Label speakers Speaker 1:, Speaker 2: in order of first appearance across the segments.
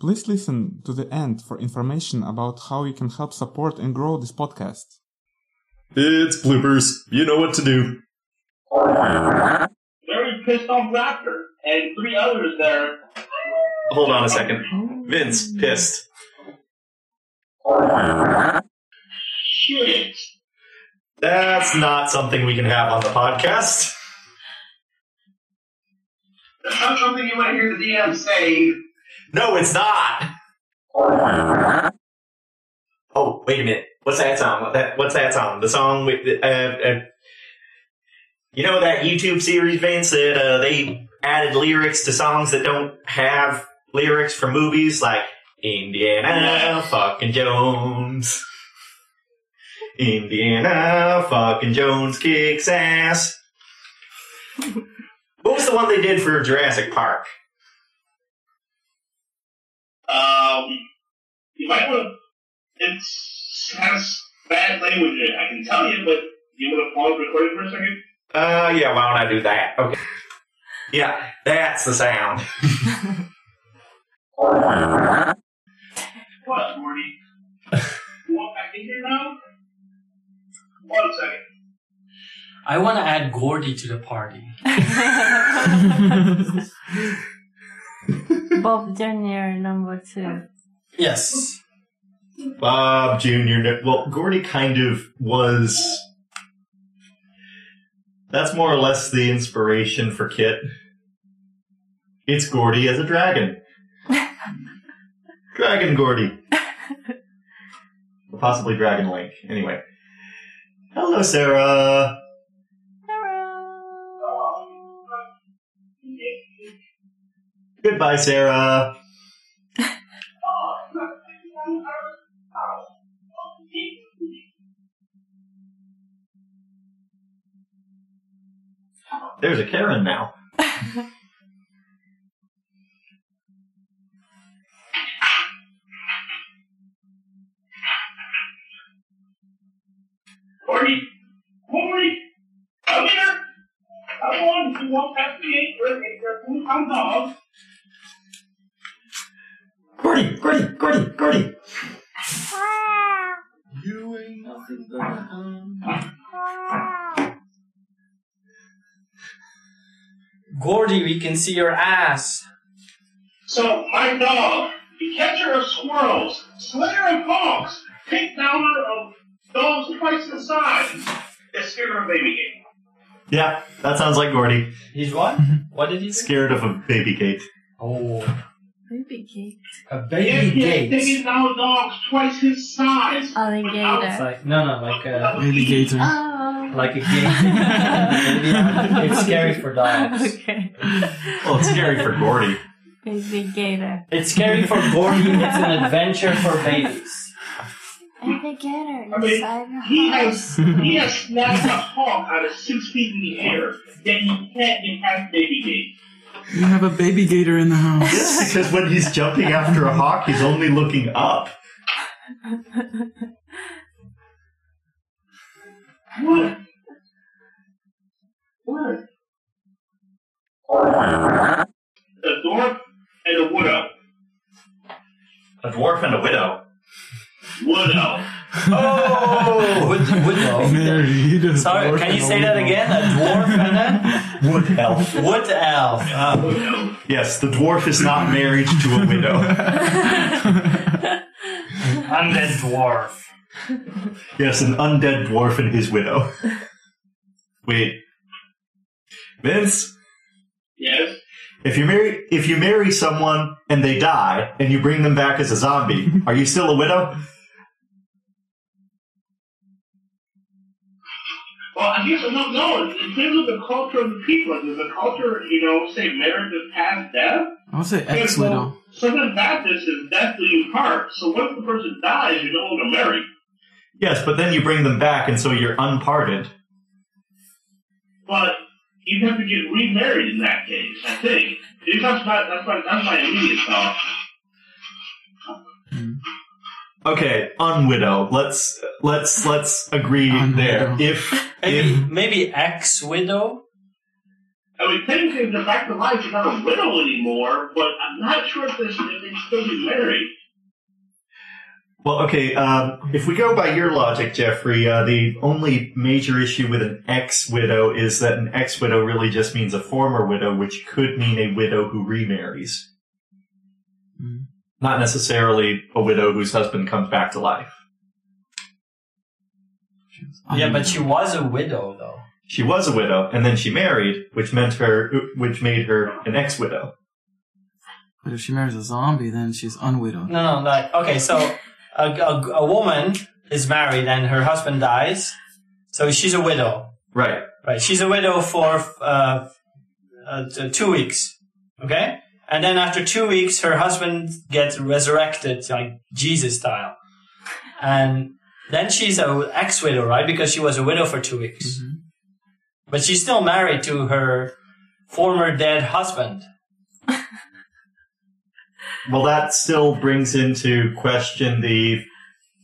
Speaker 1: Please listen to the end for information about how you can help support and grow this podcast.
Speaker 2: It's bloopers. You know what to do.
Speaker 3: very pissed off Raptor and three others that are
Speaker 2: Hold on a second. Vince, pissed.
Speaker 3: shit.
Speaker 2: That's not something we can have on the podcast.
Speaker 3: That's not something you want to hear the DM say.
Speaker 2: No, it's not. Oh, wait a minute. What's that song? What that, what's that song? The song with the, uh, uh, you know that YouTube series, Vince, that uh, they added lyrics to songs that don't have lyrics for movies, like Indiana fucking Jones. Indiana fucking Jones kicks ass. what was the one they did for Jurassic Park?
Speaker 3: Um, you might want to. It has bad language in it, I can tell you, but you want to pause recording for a second?
Speaker 2: Uh, yeah, why don't I do that? Okay. Yeah, that's the sound.
Speaker 3: What, Morty? Walk back in here now? One second.
Speaker 4: I want to add Gordy to the party.
Speaker 5: Bob Jr. number two.
Speaker 4: Yes.
Speaker 2: Bob Jr. no- Well, Gordy kind of was. That's more or less the inspiration for Kit. It's Gordy as a dragon. dragon Gordy. Or Possibly Dragon Link. Anyway. Hello, Sarah. Goodbye, Sarah.
Speaker 3: Oh,
Speaker 2: There's a Karen now.
Speaker 3: Morty? Morty? Come here! Come on, you walk past the gate where your food comes off.
Speaker 2: Gordy, Gordy, Gordy, Gordy.
Speaker 4: Gordy, we can see your ass.
Speaker 3: So, my dog, the catcher of squirrels, slayer of hawks, take downer of dogs twice the size, the scared of baby game.
Speaker 2: Yeah, that sounds like Gordy.
Speaker 4: He's what? What did he say?
Speaker 2: Scared of a baby cake.
Speaker 4: Oh,
Speaker 5: Baby cake.
Speaker 4: a
Speaker 3: Yes,
Speaker 4: baby
Speaker 3: yes,
Speaker 4: gate.
Speaker 3: taking down dogs twice his size.
Speaker 4: It's
Speaker 5: Alligator.
Speaker 4: like no, no, like uh, a
Speaker 1: Alligator.
Speaker 5: Oh.
Speaker 4: like a gate. it's scary for dogs.
Speaker 5: Okay.
Speaker 2: Well, it's scary for Gordy.
Speaker 5: Baby gator.
Speaker 4: It's scary for Gordy. It's an adventure for babies.
Speaker 5: Alligator
Speaker 3: I mean,
Speaker 5: inside the
Speaker 3: He has
Speaker 5: house.
Speaker 3: he has snapped a hawk out of six feet in the air that he can't impact baby game.
Speaker 6: You have a baby gator in the house.
Speaker 2: Yes, because when he's jumping after a hawk, he's only looking up.
Speaker 3: What? Where? The dwarf and the widow.
Speaker 2: A dwarf and a widow.
Speaker 3: Widow.
Speaker 4: Oh, wood, wood elf.
Speaker 6: Married. a
Speaker 4: Sorry,
Speaker 6: dwarf
Speaker 4: can you
Speaker 6: and a
Speaker 4: say that
Speaker 6: widow.
Speaker 4: again? A dwarf and
Speaker 2: Wood elf. Ah,
Speaker 4: a wood elf. Oh.
Speaker 3: Widow.
Speaker 2: Yes, the dwarf is not married to a widow.
Speaker 4: I'm the dwarf.
Speaker 2: Yes, an undead dwarf and his widow. Wait. Vince?
Speaker 3: Yes.
Speaker 2: If you marry if you marry someone and they die and you bring them back as a zombie, are you still a widow?
Speaker 3: Well, I guess no, no. It depends on the culture of the people. Does the culture, you know, say marriage is past death?
Speaker 6: I'll say ex
Speaker 3: Well,
Speaker 6: widow.
Speaker 3: Southern Baptist is death do you part. So once the person dies, you're no longer married.
Speaker 2: Yes, but then you bring them back and so you're unpardoned.
Speaker 3: But you have to get remarried in that case, I think. It- That's my, that's my, that's my immediate thought.
Speaker 2: Okay, unwidow. Let's let's let's agree
Speaker 6: Unwidow.
Speaker 2: there. If
Speaker 4: Maybe,
Speaker 2: if
Speaker 4: maybe ex widow.
Speaker 3: I mean, Tim came to back to life is not a widow anymore, but I'm not sure if, this, if they'd still be married.
Speaker 2: Well, okay. Um, if we go by your logic, Jeffrey, uh, the only major issue with an ex widow is that an ex widow really just means a former widow, which could mean a widow who remarries.
Speaker 1: Hmm.
Speaker 2: Not necessarily a widow whose husband comes back to life.
Speaker 4: Yeah, but she was a widow, though.
Speaker 2: She was a widow, and then she married, which meant her, which made her an ex widow.
Speaker 6: But if she marries a zombie, then she's unwidowed.
Speaker 4: No, no, like okay, so a, a, a woman is married and her husband dies, so she's a widow,
Speaker 2: Right.
Speaker 4: right? She's a widow for uh, uh, t- two weeks, okay, and then after two weeks, her husband gets resurrected, like Jesus style, and then she's a ex-widow, right? Because she was a widow for two weeks,
Speaker 6: Mhm.
Speaker 4: but she's still married to her former dead husband.
Speaker 2: Well, that still brings into question the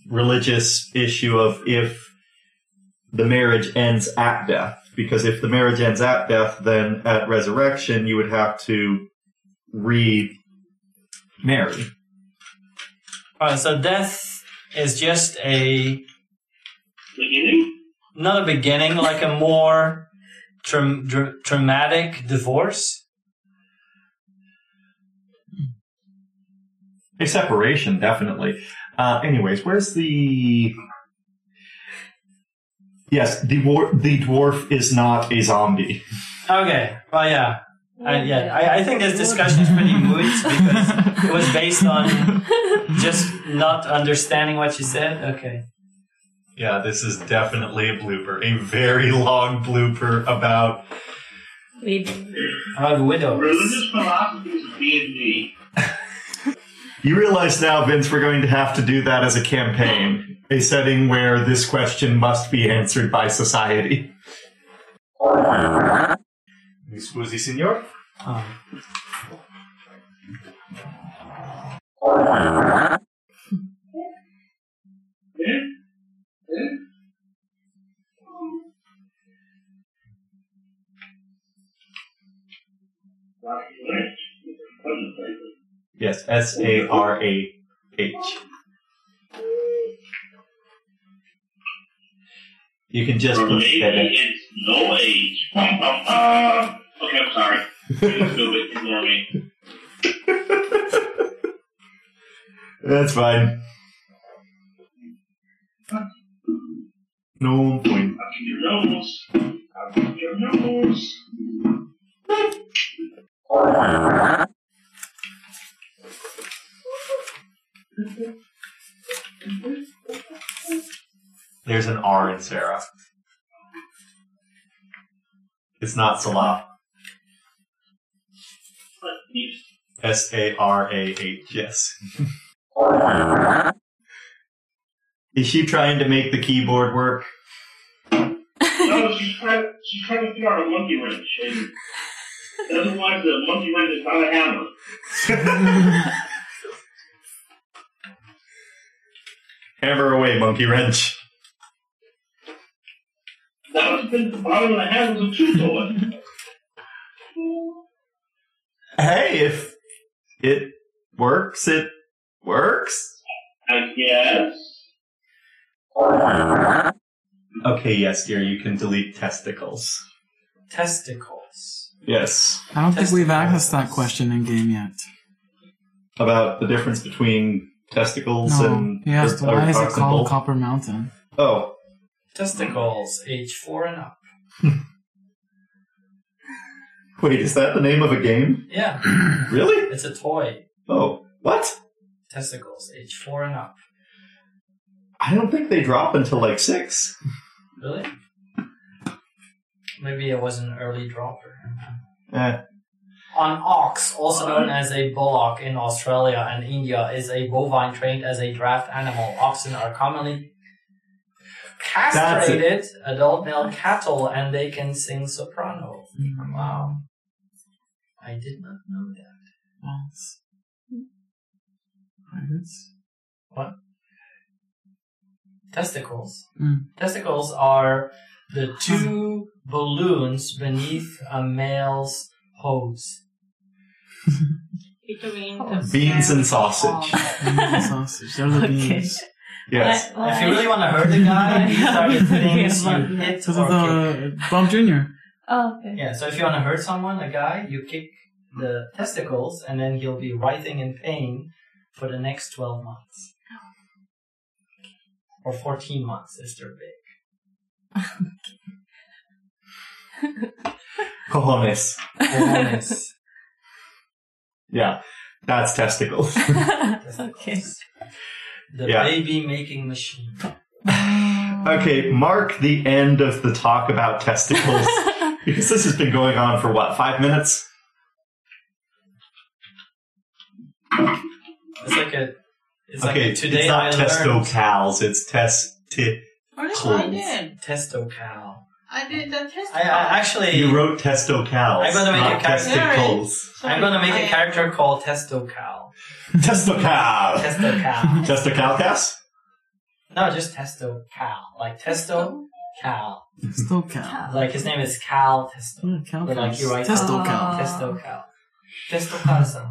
Speaker 2: religious issue of if the marriage ends at death. Because if the marriage ends at death, then at resurrection, you would have to remarry.
Speaker 4: Alright, so death is just a
Speaker 3: Beginning?
Speaker 4: not a beginning, like a more tra- dra- traumatic divorce.
Speaker 2: A separation, definitely. Uh, anyways, where's the. Yes, the, war- the dwarf is not a zombie.
Speaker 4: Okay, well, yeah, I, Uh, yeah. I, I think this discussion is pretty moot because it was based on just not understanding what you said. Okay,
Speaker 2: Yeah, this is definitely a blooper. A very long blooper about
Speaker 5: We
Speaker 4: about widows.
Speaker 3: Religious philosophies of D&D.
Speaker 2: You realize now, Vince, we're going to have to do that as a campaign. A setting where this question must be answered by society. Scusi, signor?
Speaker 4: Um,
Speaker 3: Yeah? Yeah? Not correct.
Speaker 2: Yes, S A R A H. You can just
Speaker 3: Or
Speaker 2: put
Speaker 3: maybe
Speaker 2: that in.
Speaker 3: it's no age. Bum, bum, bum. Okay, I'm sorry. Please move it. Ignore me.
Speaker 2: That's fine. No point.
Speaker 3: Up to your nose. Up to your nose.
Speaker 2: There's an R in Sarah. It's not Salah. S A R A H, yes. Is she trying to make the keyboard work?
Speaker 3: No, she's trying, she's trying to figure out a monkey wrench. And doesn't like the monkey wrench is not a hammer.
Speaker 2: Hammer away, monkey wrench.
Speaker 3: That would have been the bottom of the handles of two toys.
Speaker 2: Hey, if it works, it works.
Speaker 3: I guess.
Speaker 2: Okay, yes, dear, you can delete testicles.
Speaker 4: Testicles.
Speaker 2: Yes.
Speaker 6: I don't think we've
Speaker 4: Testicles.
Speaker 6: asked that question in game yet.
Speaker 2: About the difference between testicles
Speaker 6: No,
Speaker 2: and
Speaker 6: he asked
Speaker 2: or-
Speaker 6: why is it
Speaker 2: oxen
Speaker 6: called
Speaker 2: bolt.
Speaker 6: Copper Mountain?
Speaker 2: Oh,
Speaker 4: Testicles, age four and up.
Speaker 2: Wait, is that the name of a game?
Speaker 4: Yeah,
Speaker 2: Really?
Speaker 4: it's a toy.
Speaker 2: Oh, what?
Speaker 4: Testicles, age four and up.
Speaker 2: I don't think they drop until like six.
Speaker 4: Really? Maybe it was an early dropper.
Speaker 2: Eh.
Speaker 4: An ox, also known as a bullock in Australia and India, is a bovine trained as a draft animal. Oxen are commonly castrated adult male cattle and they can sing soprano. Wow. I did not know that.
Speaker 6: Balls. Pirates.
Speaker 4: Testicles.
Speaker 6: Mm.
Speaker 4: Testicles are the two balloons beneath a male's hose.
Speaker 7: Between
Speaker 5: Oh,
Speaker 7: the
Speaker 2: Beans
Speaker 7: skin
Speaker 2: and sausage.
Speaker 6: Oh.
Speaker 7: on-
Speaker 6: Beans sausage. They're the
Speaker 5: Okay.
Speaker 6: beans.
Speaker 2: Yes.
Speaker 5: Well,
Speaker 4: if you really want to hurt the guy, these are the things you hit
Speaker 6: Because
Speaker 4: or
Speaker 6: of
Speaker 4: kick.
Speaker 6: the Bob Jr.
Speaker 5: oh, okay.
Speaker 4: Yeah, so if you want to hurt someone, a guy, you kick the testicles, and then he'll be writhing in pain for the next 12 months. Or 14 months if they're big.
Speaker 2: Cojones.
Speaker 4: Bonus.
Speaker 2: Yeah. That's testicles.
Speaker 5: okay.
Speaker 4: the
Speaker 2: Yeah.
Speaker 4: baby making machine.
Speaker 2: Okay, mark the end of the talk about testicles. because this has been going on for what, five minutes?
Speaker 4: It's like a. It's
Speaker 2: okay,
Speaker 4: like a, today
Speaker 2: it's not
Speaker 4: I learned
Speaker 2: testocals, it's test.
Speaker 7: Oh, no, I
Speaker 2: Clothes.
Speaker 7: did.
Speaker 4: testocal.
Speaker 7: I did that test.
Speaker 4: I, I actually.
Speaker 2: you wrote testocals.
Speaker 4: I'm gonna make
Speaker 2: not
Speaker 4: a cat-
Speaker 2: testicles.
Speaker 4: I'm gonna make
Speaker 7: a
Speaker 4: a character called Testocal.
Speaker 2: Testocal!
Speaker 4: Testocal.
Speaker 2: Testocal cast?
Speaker 4: no, just Testocal. Like Testo Cal.
Speaker 6: Still cow.
Speaker 4: Like his name is Cal Testo.
Speaker 6: Yeah, cow.
Speaker 4: But like you write
Speaker 6: Testo
Speaker 5: Oh.
Speaker 4: Ah.
Speaker 6: cow.
Speaker 4: Testocal.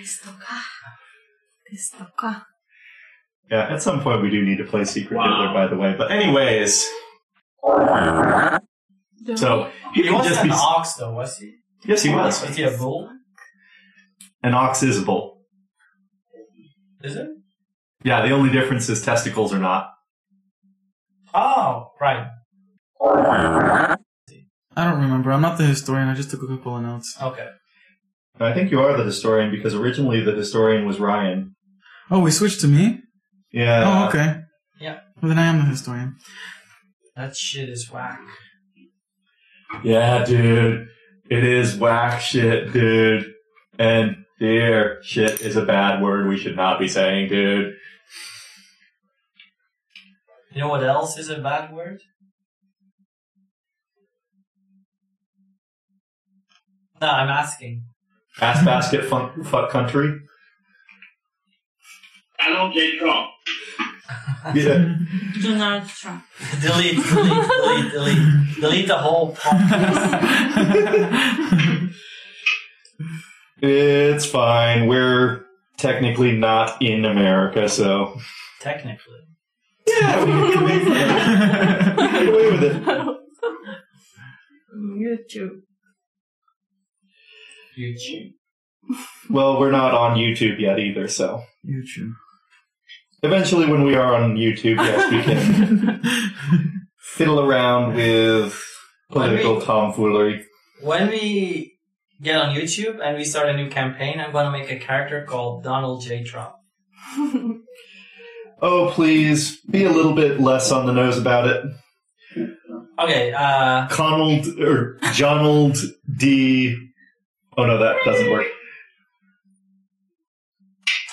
Speaker 4: Testocal.
Speaker 5: Testoka.
Speaker 2: Yeah, at some point we do need to play Secret
Speaker 3: Wow.
Speaker 2: Hitler, by the way. But anyways, so he,
Speaker 4: He
Speaker 2: can
Speaker 4: wasn't
Speaker 2: just be.
Speaker 4: an ox though, was he?
Speaker 2: Yes, he was.
Speaker 4: Was he a bull?
Speaker 2: An ox is a bull.
Speaker 4: Is it?
Speaker 2: Yeah, the only difference is testicles are not.
Speaker 4: Oh, right. Ah.
Speaker 6: I don't remember. I'm not the historian. I just took a couple of notes.
Speaker 4: Okay.
Speaker 2: I think you are the historian because originally the historian was Ryan.
Speaker 6: Oh, we switched to me?
Speaker 2: Yeah.
Speaker 6: oh, okay.
Speaker 4: Uh, Yeah.
Speaker 6: Well, then I am the historian.
Speaker 4: That shit is whack.
Speaker 2: Yeah, dude. It is whack shit, dude. And dear shit is a bad word we should not be saying, dude.
Speaker 4: You know what else is a bad word? No, I'm asking.
Speaker 2: Ass basket fun- fuck country.
Speaker 3: Donald J. Trump.
Speaker 2: Yeah.
Speaker 7: Donald Trump.
Speaker 4: delete, delete, delete, delete, delete the whole podcast.
Speaker 2: it's fine. We're technically not in America, so.
Speaker 4: Technically.
Speaker 2: Yeah, we can get away with it. We can get away with it.
Speaker 5: YouTube.
Speaker 4: YouTube.
Speaker 2: Well, we're not on YouTube yet either, so.
Speaker 6: you chew.
Speaker 2: Eventually, when we are on YouTube, yes, we can fiddle around with political tomfoolery.
Speaker 4: When we get on YouTube and we start a new campaign, I'm gonna make a character called Donald J. Trump.
Speaker 2: Oh, please be a little bit less on the nose about it.
Speaker 4: Okay, uh,
Speaker 2: Conald or Jonald D. Oh no, that doesn't work.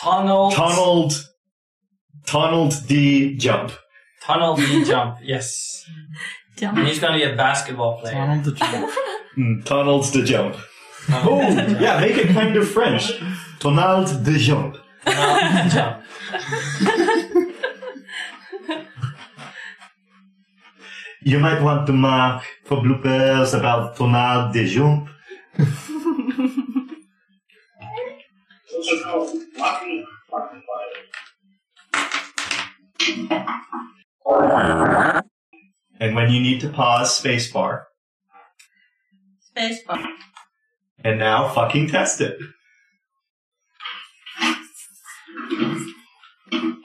Speaker 4: Tunnel.
Speaker 2: Tonald. Tonald D. Jump.
Speaker 4: Tunnel D jump, yes. And he's gonna be a basketball player.
Speaker 6: Donald the Trump.
Speaker 2: Mm, Tonald de Jump. Oh,
Speaker 4: Tunnel D
Speaker 2: yeah, make it kind of French. Tonald de Jump.
Speaker 4: Tunnel D jump.
Speaker 2: You might want to mark for bloopers about Tonald de Jump.
Speaker 3: Those are called lucky fucking fighters.
Speaker 2: And when you need to pause, spacebar.
Speaker 7: Facebook.
Speaker 2: And now fucking test it.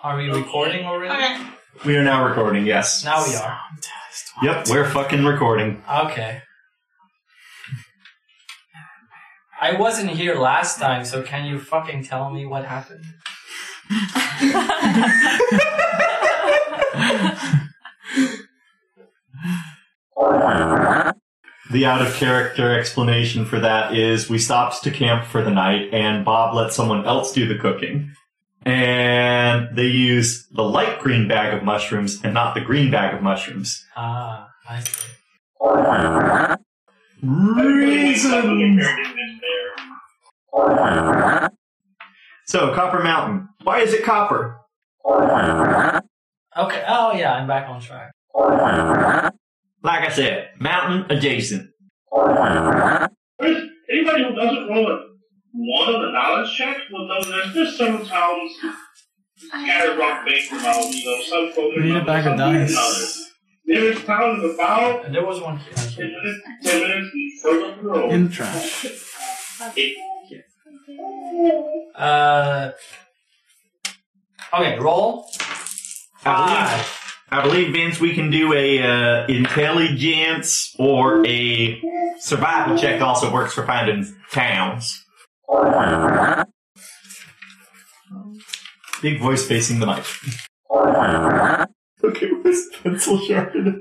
Speaker 4: Are we recording already?
Speaker 7: Okay.
Speaker 2: We are now recording, yes.
Speaker 4: Now we are.
Speaker 2: Yep, we're fucking recording.
Speaker 4: Okay. I wasn't here last time, so can you fucking tell me what happened?
Speaker 2: The out of character explanation for that is we stopped to camp for the night and Bob let someone else do the cooking. And they used the light green bag of mushrooms and not the green bag of mushrooms.
Speaker 4: Ah, I see.
Speaker 2: Reasons!
Speaker 3: Everything is there.
Speaker 2: So, Copper Mountain. Why is it copper?
Speaker 4: Okay. Oh yeah, I'm back on track.
Speaker 2: Like I said, mountain adjacent.
Speaker 3: There's- Anybody who doesn't roll a one on the knowledge check will know there's just some towns scattered rock based around, you know, some folks.
Speaker 6: We need a bag of dice.
Speaker 3: There's towns about
Speaker 4: And there was one here.
Speaker 3: ten minutes, ten minutes further up the road.
Speaker 6: In trash.
Speaker 4: Uh, okay, roll.
Speaker 2: I believe, I believe Vince, we can do a uh, intelligence or a survival check. Also works for finding towns. Big voice facing the mic. okay, where's the pencil sharpener?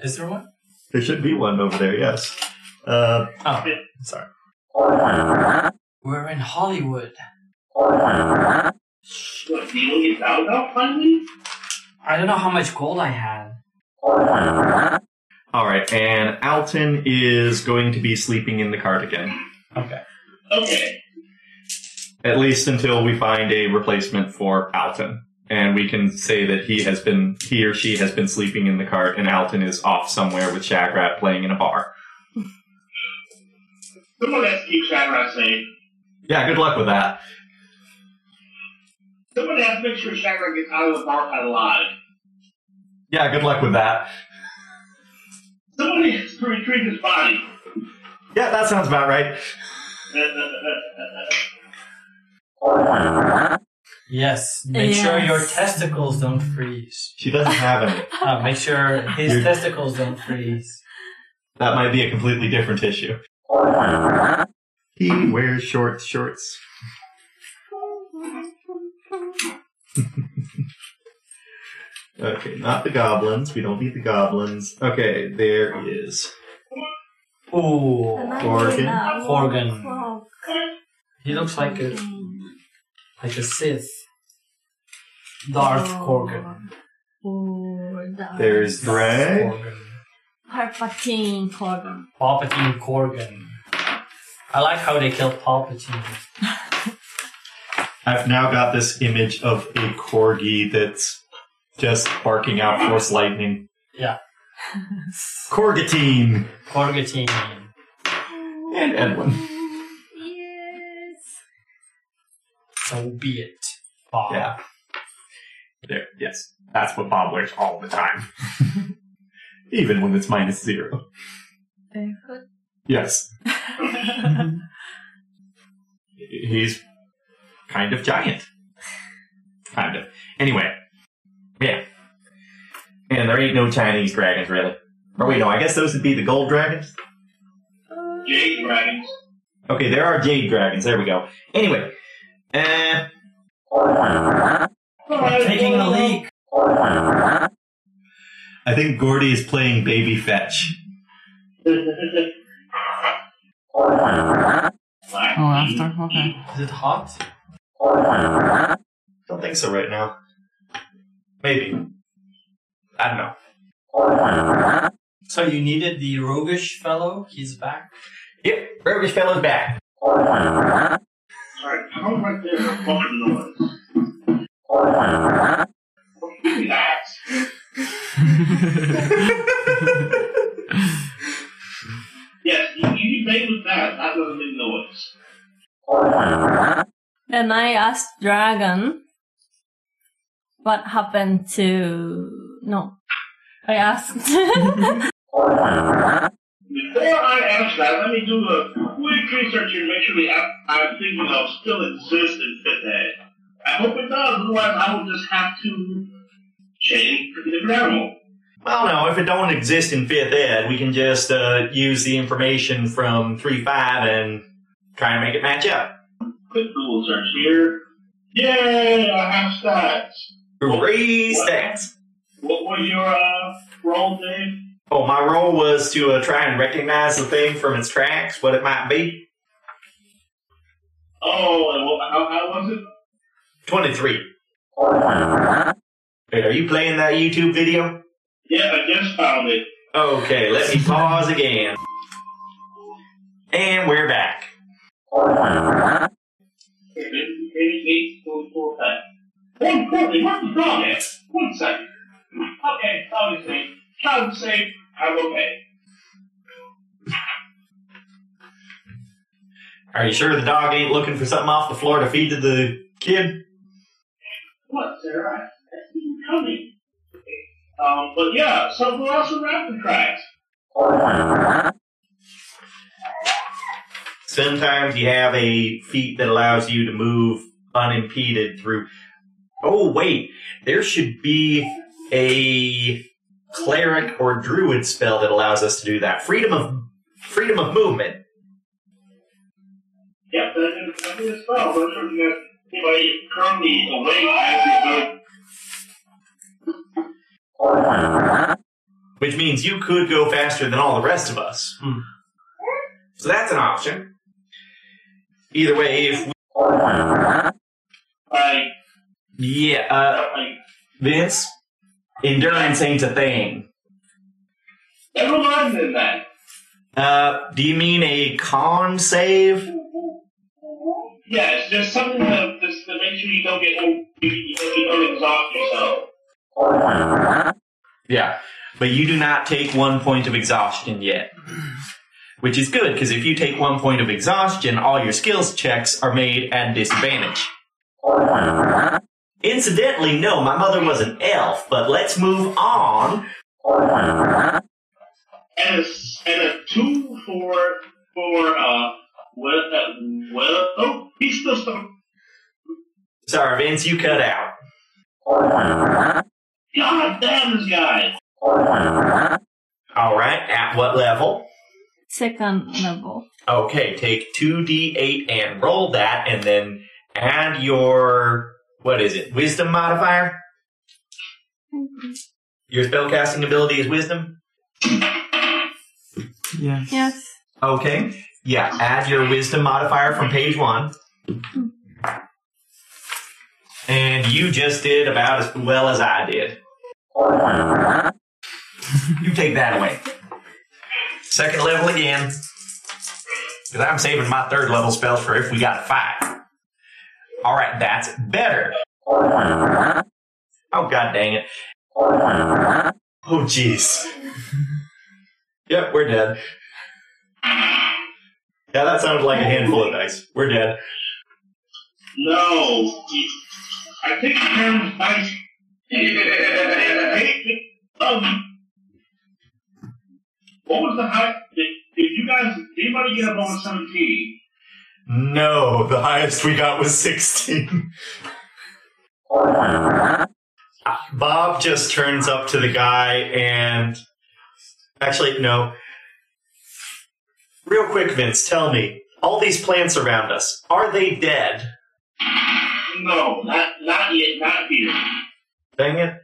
Speaker 4: Is there one?
Speaker 2: There should be one over there. Yes. Uh,
Speaker 4: Oh, sorry. We're in Hollywood.
Speaker 3: What, do you get down now finally?
Speaker 4: I don't know how much gold I had.
Speaker 2: all right, and Alton is going to be sleeping in the cardigan.
Speaker 4: Okay.
Speaker 3: Okay.
Speaker 2: At least until we find a replacement for Alton. And we can say that he has been, he or she has been sleeping in the cart and Alton is off somewhere with Shagrat playing in a bar.
Speaker 3: Someone has to keep Shadrach safe.
Speaker 2: Yeah, good luck with that.
Speaker 3: Someone has to make sure Shadrach gets out of the bar alive.
Speaker 2: Yeah, good luck with that.
Speaker 3: Someone has to retrieve his body.
Speaker 2: Yeah, that sounds about right.
Speaker 4: Yes. Make
Speaker 5: Yes.
Speaker 4: sure your testicles don't freeze.
Speaker 2: She doesn't have any.
Speaker 4: Uh, make sure his
Speaker 2: You're-
Speaker 4: testicles don't freeze.
Speaker 2: That might be a completely different issue. He wears short shorts. Okay, not the goblins. We don't need the goblins. Okay, there is.
Speaker 4: Ooh.
Speaker 2: Horgan.
Speaker 4: Horgan.
Speaker 5: Cloak.
Speaker 4: He looks like a
Speaker 5: Horgan.
Speaker 4: like a Sith. Darth
Speaker 5: Oh.
Speaker 4: Corgan.
Speaker 5: Ooh, Darth
Speaker 2: There's Greg.
Speaker 4: Corgan.
Speaker 5: Palpatine Horgan.
Speaker 4: Palpatine Corgan. I like how they killed Palpatine.
Speaker 2: I've now got this image of a corgi that's just barking out force lightning.
Speaker 4: Yeah.
Speaker 2: Corgatine!
Speaker 4: Corgatine.
Speaker 2: And Edwin.
Speaker 5: Yes.
Speaker 4: So be it. Bob.
Speaker 2: Yeah. There, yes. That's what Bob wears all the time. Even when it's minus zero.
Speaker 5: Barefoot.
Speaker 2: Yes. He's kind of giant. Kind of. Anyway. Yeah. And there ain't no Chinese dragons, really. Or wait, no, I guess those would be the gold dragons.
Speaker 3: Jade dragons.
Speaker 2: Okay, there are jade dragons. There we go. Anyway, uh,
Speaker 4: We're taking a leak.
Speaker 2: I think Gordy is playing baby fetch.
Speaker 3: Black
Speaker 6: Oh, after? Okay.
Speaker 4: Is it hot?
Speaker 2: Don't think so right now. Maybe. I don't know.
Speaker 4: So you needed the roguish fellow. He's back.
Speaker 2: Yep, roguish fellow's back.
Speaker 3: Sorry, come right there. Fucking noise. Relax. Yes, you, you play with that. That doesn't make noise.
Speaker 5: Then I asked Dragon what happened to. No. I asked.
Speaker 3: Before I ask that, let me do a quick research and make sure the app I'm thinking of still exists in FitNet. I hope it does, otherwise I will just have to change the grammar.
Speaker 2: Well, no, if it don't exist in 5th Ed, we can just uh, use the information from 3-5 and try and make it match up.
Speaker 3: Quick Google search here. Yay, I have stats.
Speaker 2: Hooray, stats!
Speaker 3: What was your uh, role name?
Speaker 2: Oh, my role was to uh, try and recognize the thing from its tracks, what it might be.
Speaker 3: Oh, and what, how, how was it?
Speaker 2: 23. Wait, are you playing that YouTube video?
Speaker 3: Yeah, I just found it.
Speaker 2: Okay, let me pause again. And we're back.
Speaker 3: It is eight, eight, four, four, five. More importantly, what was wrong there? One second. Okay, obviously. Child safe, I will pay.
Speaker 2: Are you sure the dog ain't looking for something off the floor to feed to the kid?
Speaker 3: What, Sarah? I I see you coming. Um, but yeah, something else around the tracks.
Speaker 2: Sometimes you have a feat that allows you to move unimpeded through. Oh, wait. There should be a cleric or druid spell that allows us to do that. Freedom of freedom of movement.
Speaker 3: Yep, that's going to be a spell. I'm sure you guys, anybody currently awake as you go.
Speaker 2: which means you could go faster than all the rest of us.
Speaker 4: Hmm.
Speaker 2: So that's an option. Either way, if we,
Speaker 3: Like,
Speaker 2: yeah, uh,
Speaker 3: like,
Speaker 2: Vince, endurance ain't a thing.
Speaker 3: never mind then that.
Speaker 2: Uh, do you mean a con save?
Speaker 3: Yeah, it's just something to, just to make sure you don't get, you, you, you don't exhaust yourself.
Speaker 2: Yeah, but you do not take one point of exhaustion yet, which is good because if you take one point of exhaustion, all your skills checks are made at disadvantage. Incidentally, no, my mother was an elf, but let's move on.
Speaker 3: And a, s- and a two for, for, uh, well, uh, well, oh, he's still some.
Speaker 2: Sorry, Vince, you cut out.
Speaker 3: God damn this guy!
Speaker 2: All right, at what level?
Speaker 5: Second level.
Speaker 2: Okay, take 2d8 and roll that, and then add your, what is it, wisdom modifier? Your spellcasting ability is wisdom?
Speaker 6: Yes.
Speaker 5: Yes.
Speaker 2: Okay. Yeah, add your wisdom modifier from page one. And you just did about as well as I did. you take that away. Second level again. Because I'm saving my third level spells for if we got to fight. All right, that's better. Oh, god dang it. Oh, jeez. yep, we're dead. Yeah, that sounded like a handful of dice. We're dead.
Speaker 3: No! I think Karen's nice. um, what was the high? Did, did you guys, anybody get up on 17?
Speaker 2: No, the highest we got was 16. Bob just turns up to the guy and. Actually, no. Real quick, Vince, tell me. All these plants around us, are they dead?
Speaker 3: No, not, not yet, not here.
Speaker 2: Dang it.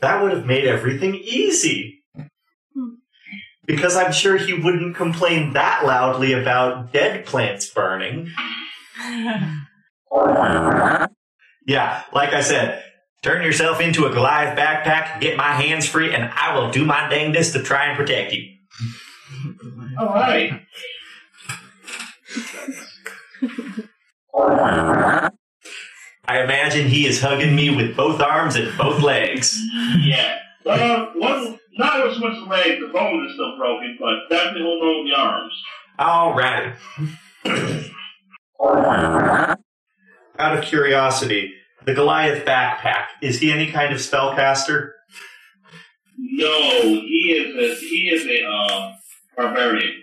Speaker 2: That would have made everything easy. Because I'm sure he wouldn't complain that loudly about dead plants burning. yeah, like I said, turn yourself into a Goliath backpack, get my hands free, and I will do my dangest to try and protect you.
Speaker 3: Alright.
Speaker 2: I imagine he is hugging me with both arms and both legs.
Speaker 3: Yeah. Uh, one, not as much the leg, the bone is still broken, but definitely holding on with the arms.
Speaker 2: All right. Out of curiosity, the Goliath backpack, is he any kind of spellcaster?
Speaker 3: No, he is a, he is a, uh, barbarian.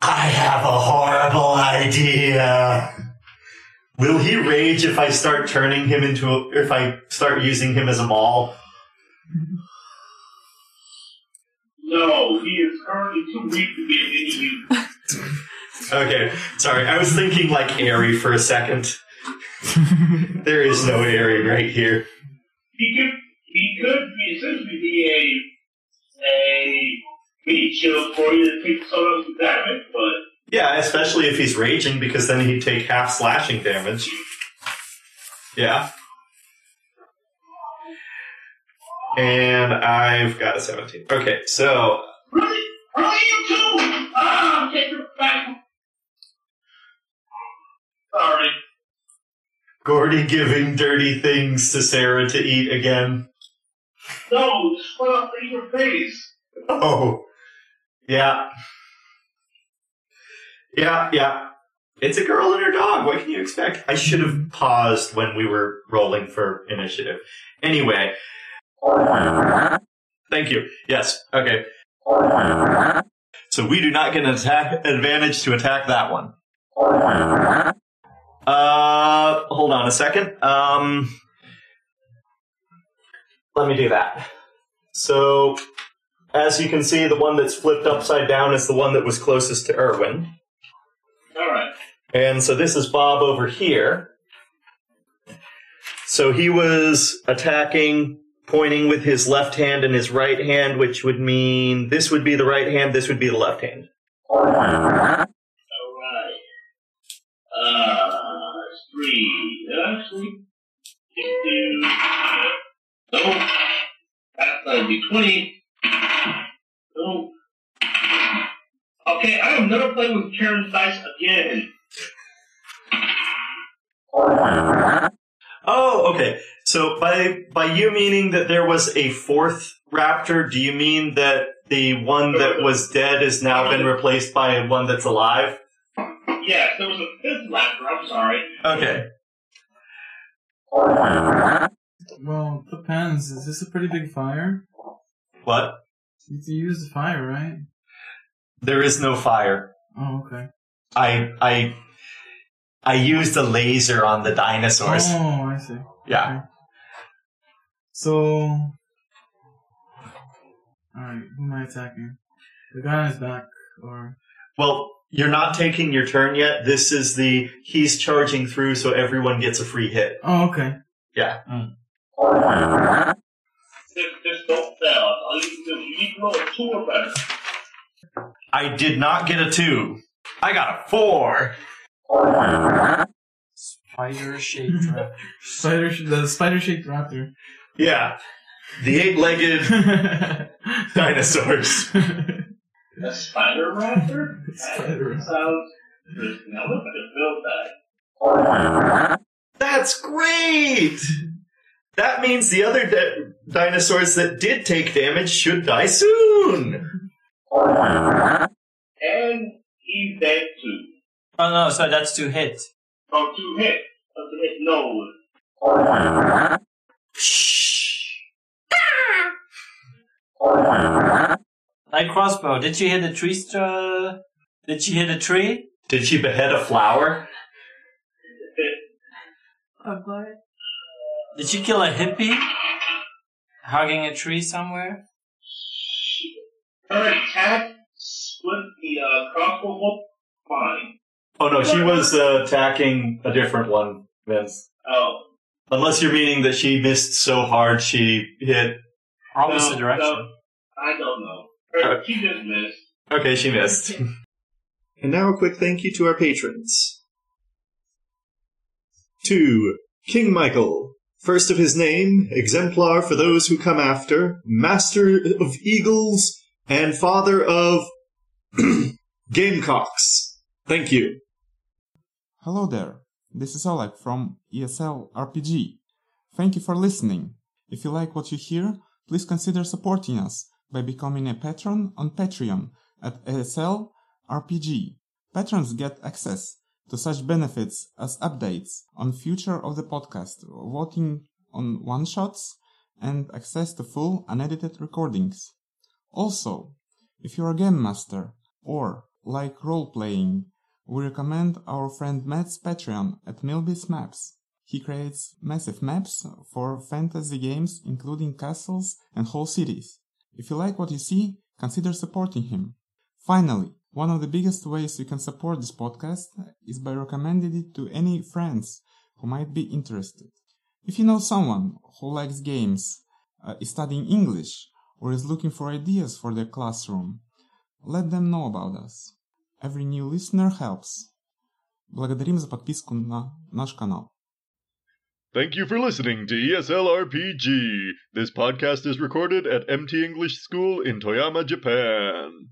Speaker 2: I have a horrible idea. Will he rage if I start turning him into a, if I start using him as a maul?
Speaker 3: No, he is currently too weak to be of any use.
Speaker 2: Okay, sorry, I was thinking like airy for a second. there is no airy right here.
Speaker 3: He could he could be essentially be a a meat shield for you to take some of the damage, but
Speaker 2: Yeah, especially if he's raging, because then he'd take half slashing damage. Yeah. And I've got a 17. Okay, so.
Speaker 3: really really you too Ah take your back Sorry.
Speaker 2: Gordy giving dirty things to Sarah to eat again.
Speaker 3: No, just put up in your face.
Speaker 2: Oh, yeah, yeah, yeah. It's a girl and her dog. What can you expect? I should have paused when we were rolling for initiative. Anyway, thank you. Yes. Okay. So we do not get an attack advantage to attack that one. Uh, hold on a second. Um, let me do that. So, as you can see, the one that's flipped upside down is the one that was closest to Erwin.
Speaker 3: Alright.
Speaker 2: And so this is Bob over here. So he was attacking, pointing with his left hand and his right hand, which would mean this would be the right hand, this would be the left hand.
Speaker 3: Alright. Uh, three. Actually, two. Nope. That's a d20. Nope. Okay, I am never playing with Karen's dice again.
Speaker 2: Oh, okay. So by by you meaning that there was a fourth raptor, do you mean that the one that was dead has now been replaced by one that's alive?
Speaker 3: Yes, there was a fifth laughter, I'm sorry.
Speaker 2: Okay.
Speaker 6: Well, depends. Is this a pretty big fire?
Speaker 2: What?
Speaker 6: You can use the fire, right?
Speaker 2: There is no fire.
Speaker 6: Oh, okay.
Speaker 2: I I I used a laser on the dinosaurs.
Speaker 6: Oh, I see.
Speaker 2: Yeah.
Speaker 6: Okay. So, all right, who am I attacking? The guy on his back, or
Speaker 2: Well, you're not taking your turn yet. This is the he's charging through so everyone gets a free hit.
Speaker 6: oh, okay.
Speaker 3: Just, just don't fail. All you can do, you need to roll a two or better.
Speaker 2: I did not get a 2. I got a 4.
Speaker 4: Spider shaped raptor.
Speaker 6: Spider, the spider-shaped raptor.
Speaker 2: Yeah. The eight-legged dinosaurs.
Speaker 3: A spider raptor?
Speaker 6: Spider
Speaker 3: That sounds. Now look at the build that.
Speaker 2: That's great! That means the other di- dinosaurs that did take damage should die soon!
Speaker 3: And he's dead too.
Speaker 4: Oh no, so that's two hit.
Speaker 3: From two hit. But the hit no.
Speaker 4: Like crossbow. Did she hit a tree? Stra- did she hit a tree?
Speaker 2: Did she behead a flower?
Speaker 7: Or what?
Speaker 4: Did she kill a hippie? Hugging a tree somewhere?
Speaker 3: Her attack split the uh, crossbow bolt. Fine.
Speaker 2: Oh no, she was uh, attacking a different one, Vince.
Speaker 3: Oh.
Speaker 2: Unless you're meaning that she missed so hard she hit.
Speaker 4: Opposite
Speaker 3: no,
Speaker 4: direction.
Speaker 3: no, I don't know. Her, she just missed.
Speaker 2: Okay, she missed. And now a quick thank you to our patrons. To King Michael, first of his name, exemplar for those who come after, master of eagles, and father of gamecocks. Thank you.
Speaker 1: Hello there. This is Oleg from E ESL RPG. Thank you for listening. If you like what you hear, please consider supporting us by becoming a patron on Patreon at E ESL RPG. Patrons get access to such benefits as updates on future of the podcast, voting on one-shots, and access to full unedited recordings. Also, if you're a game master or like role playing, we recommend our friend Matt's Patreon at Milby's Maps. He creates massive maps for fantasy games, including castles and whole cities. If you like what you see, consider supporting him. Finally, one of the biggest ways you can support this podcast is by recommending it to any friends who might be interested. If you know someone who likes games, uh, is studying English, or is looking for ideas for their classroom, let them know about us. Every new listener helps. Благодарим за подписку на наш канал.
Speaker 8: Thank you for listening to E ESLRPG. This podcast is recorded at MT English School in Toyama, Japan.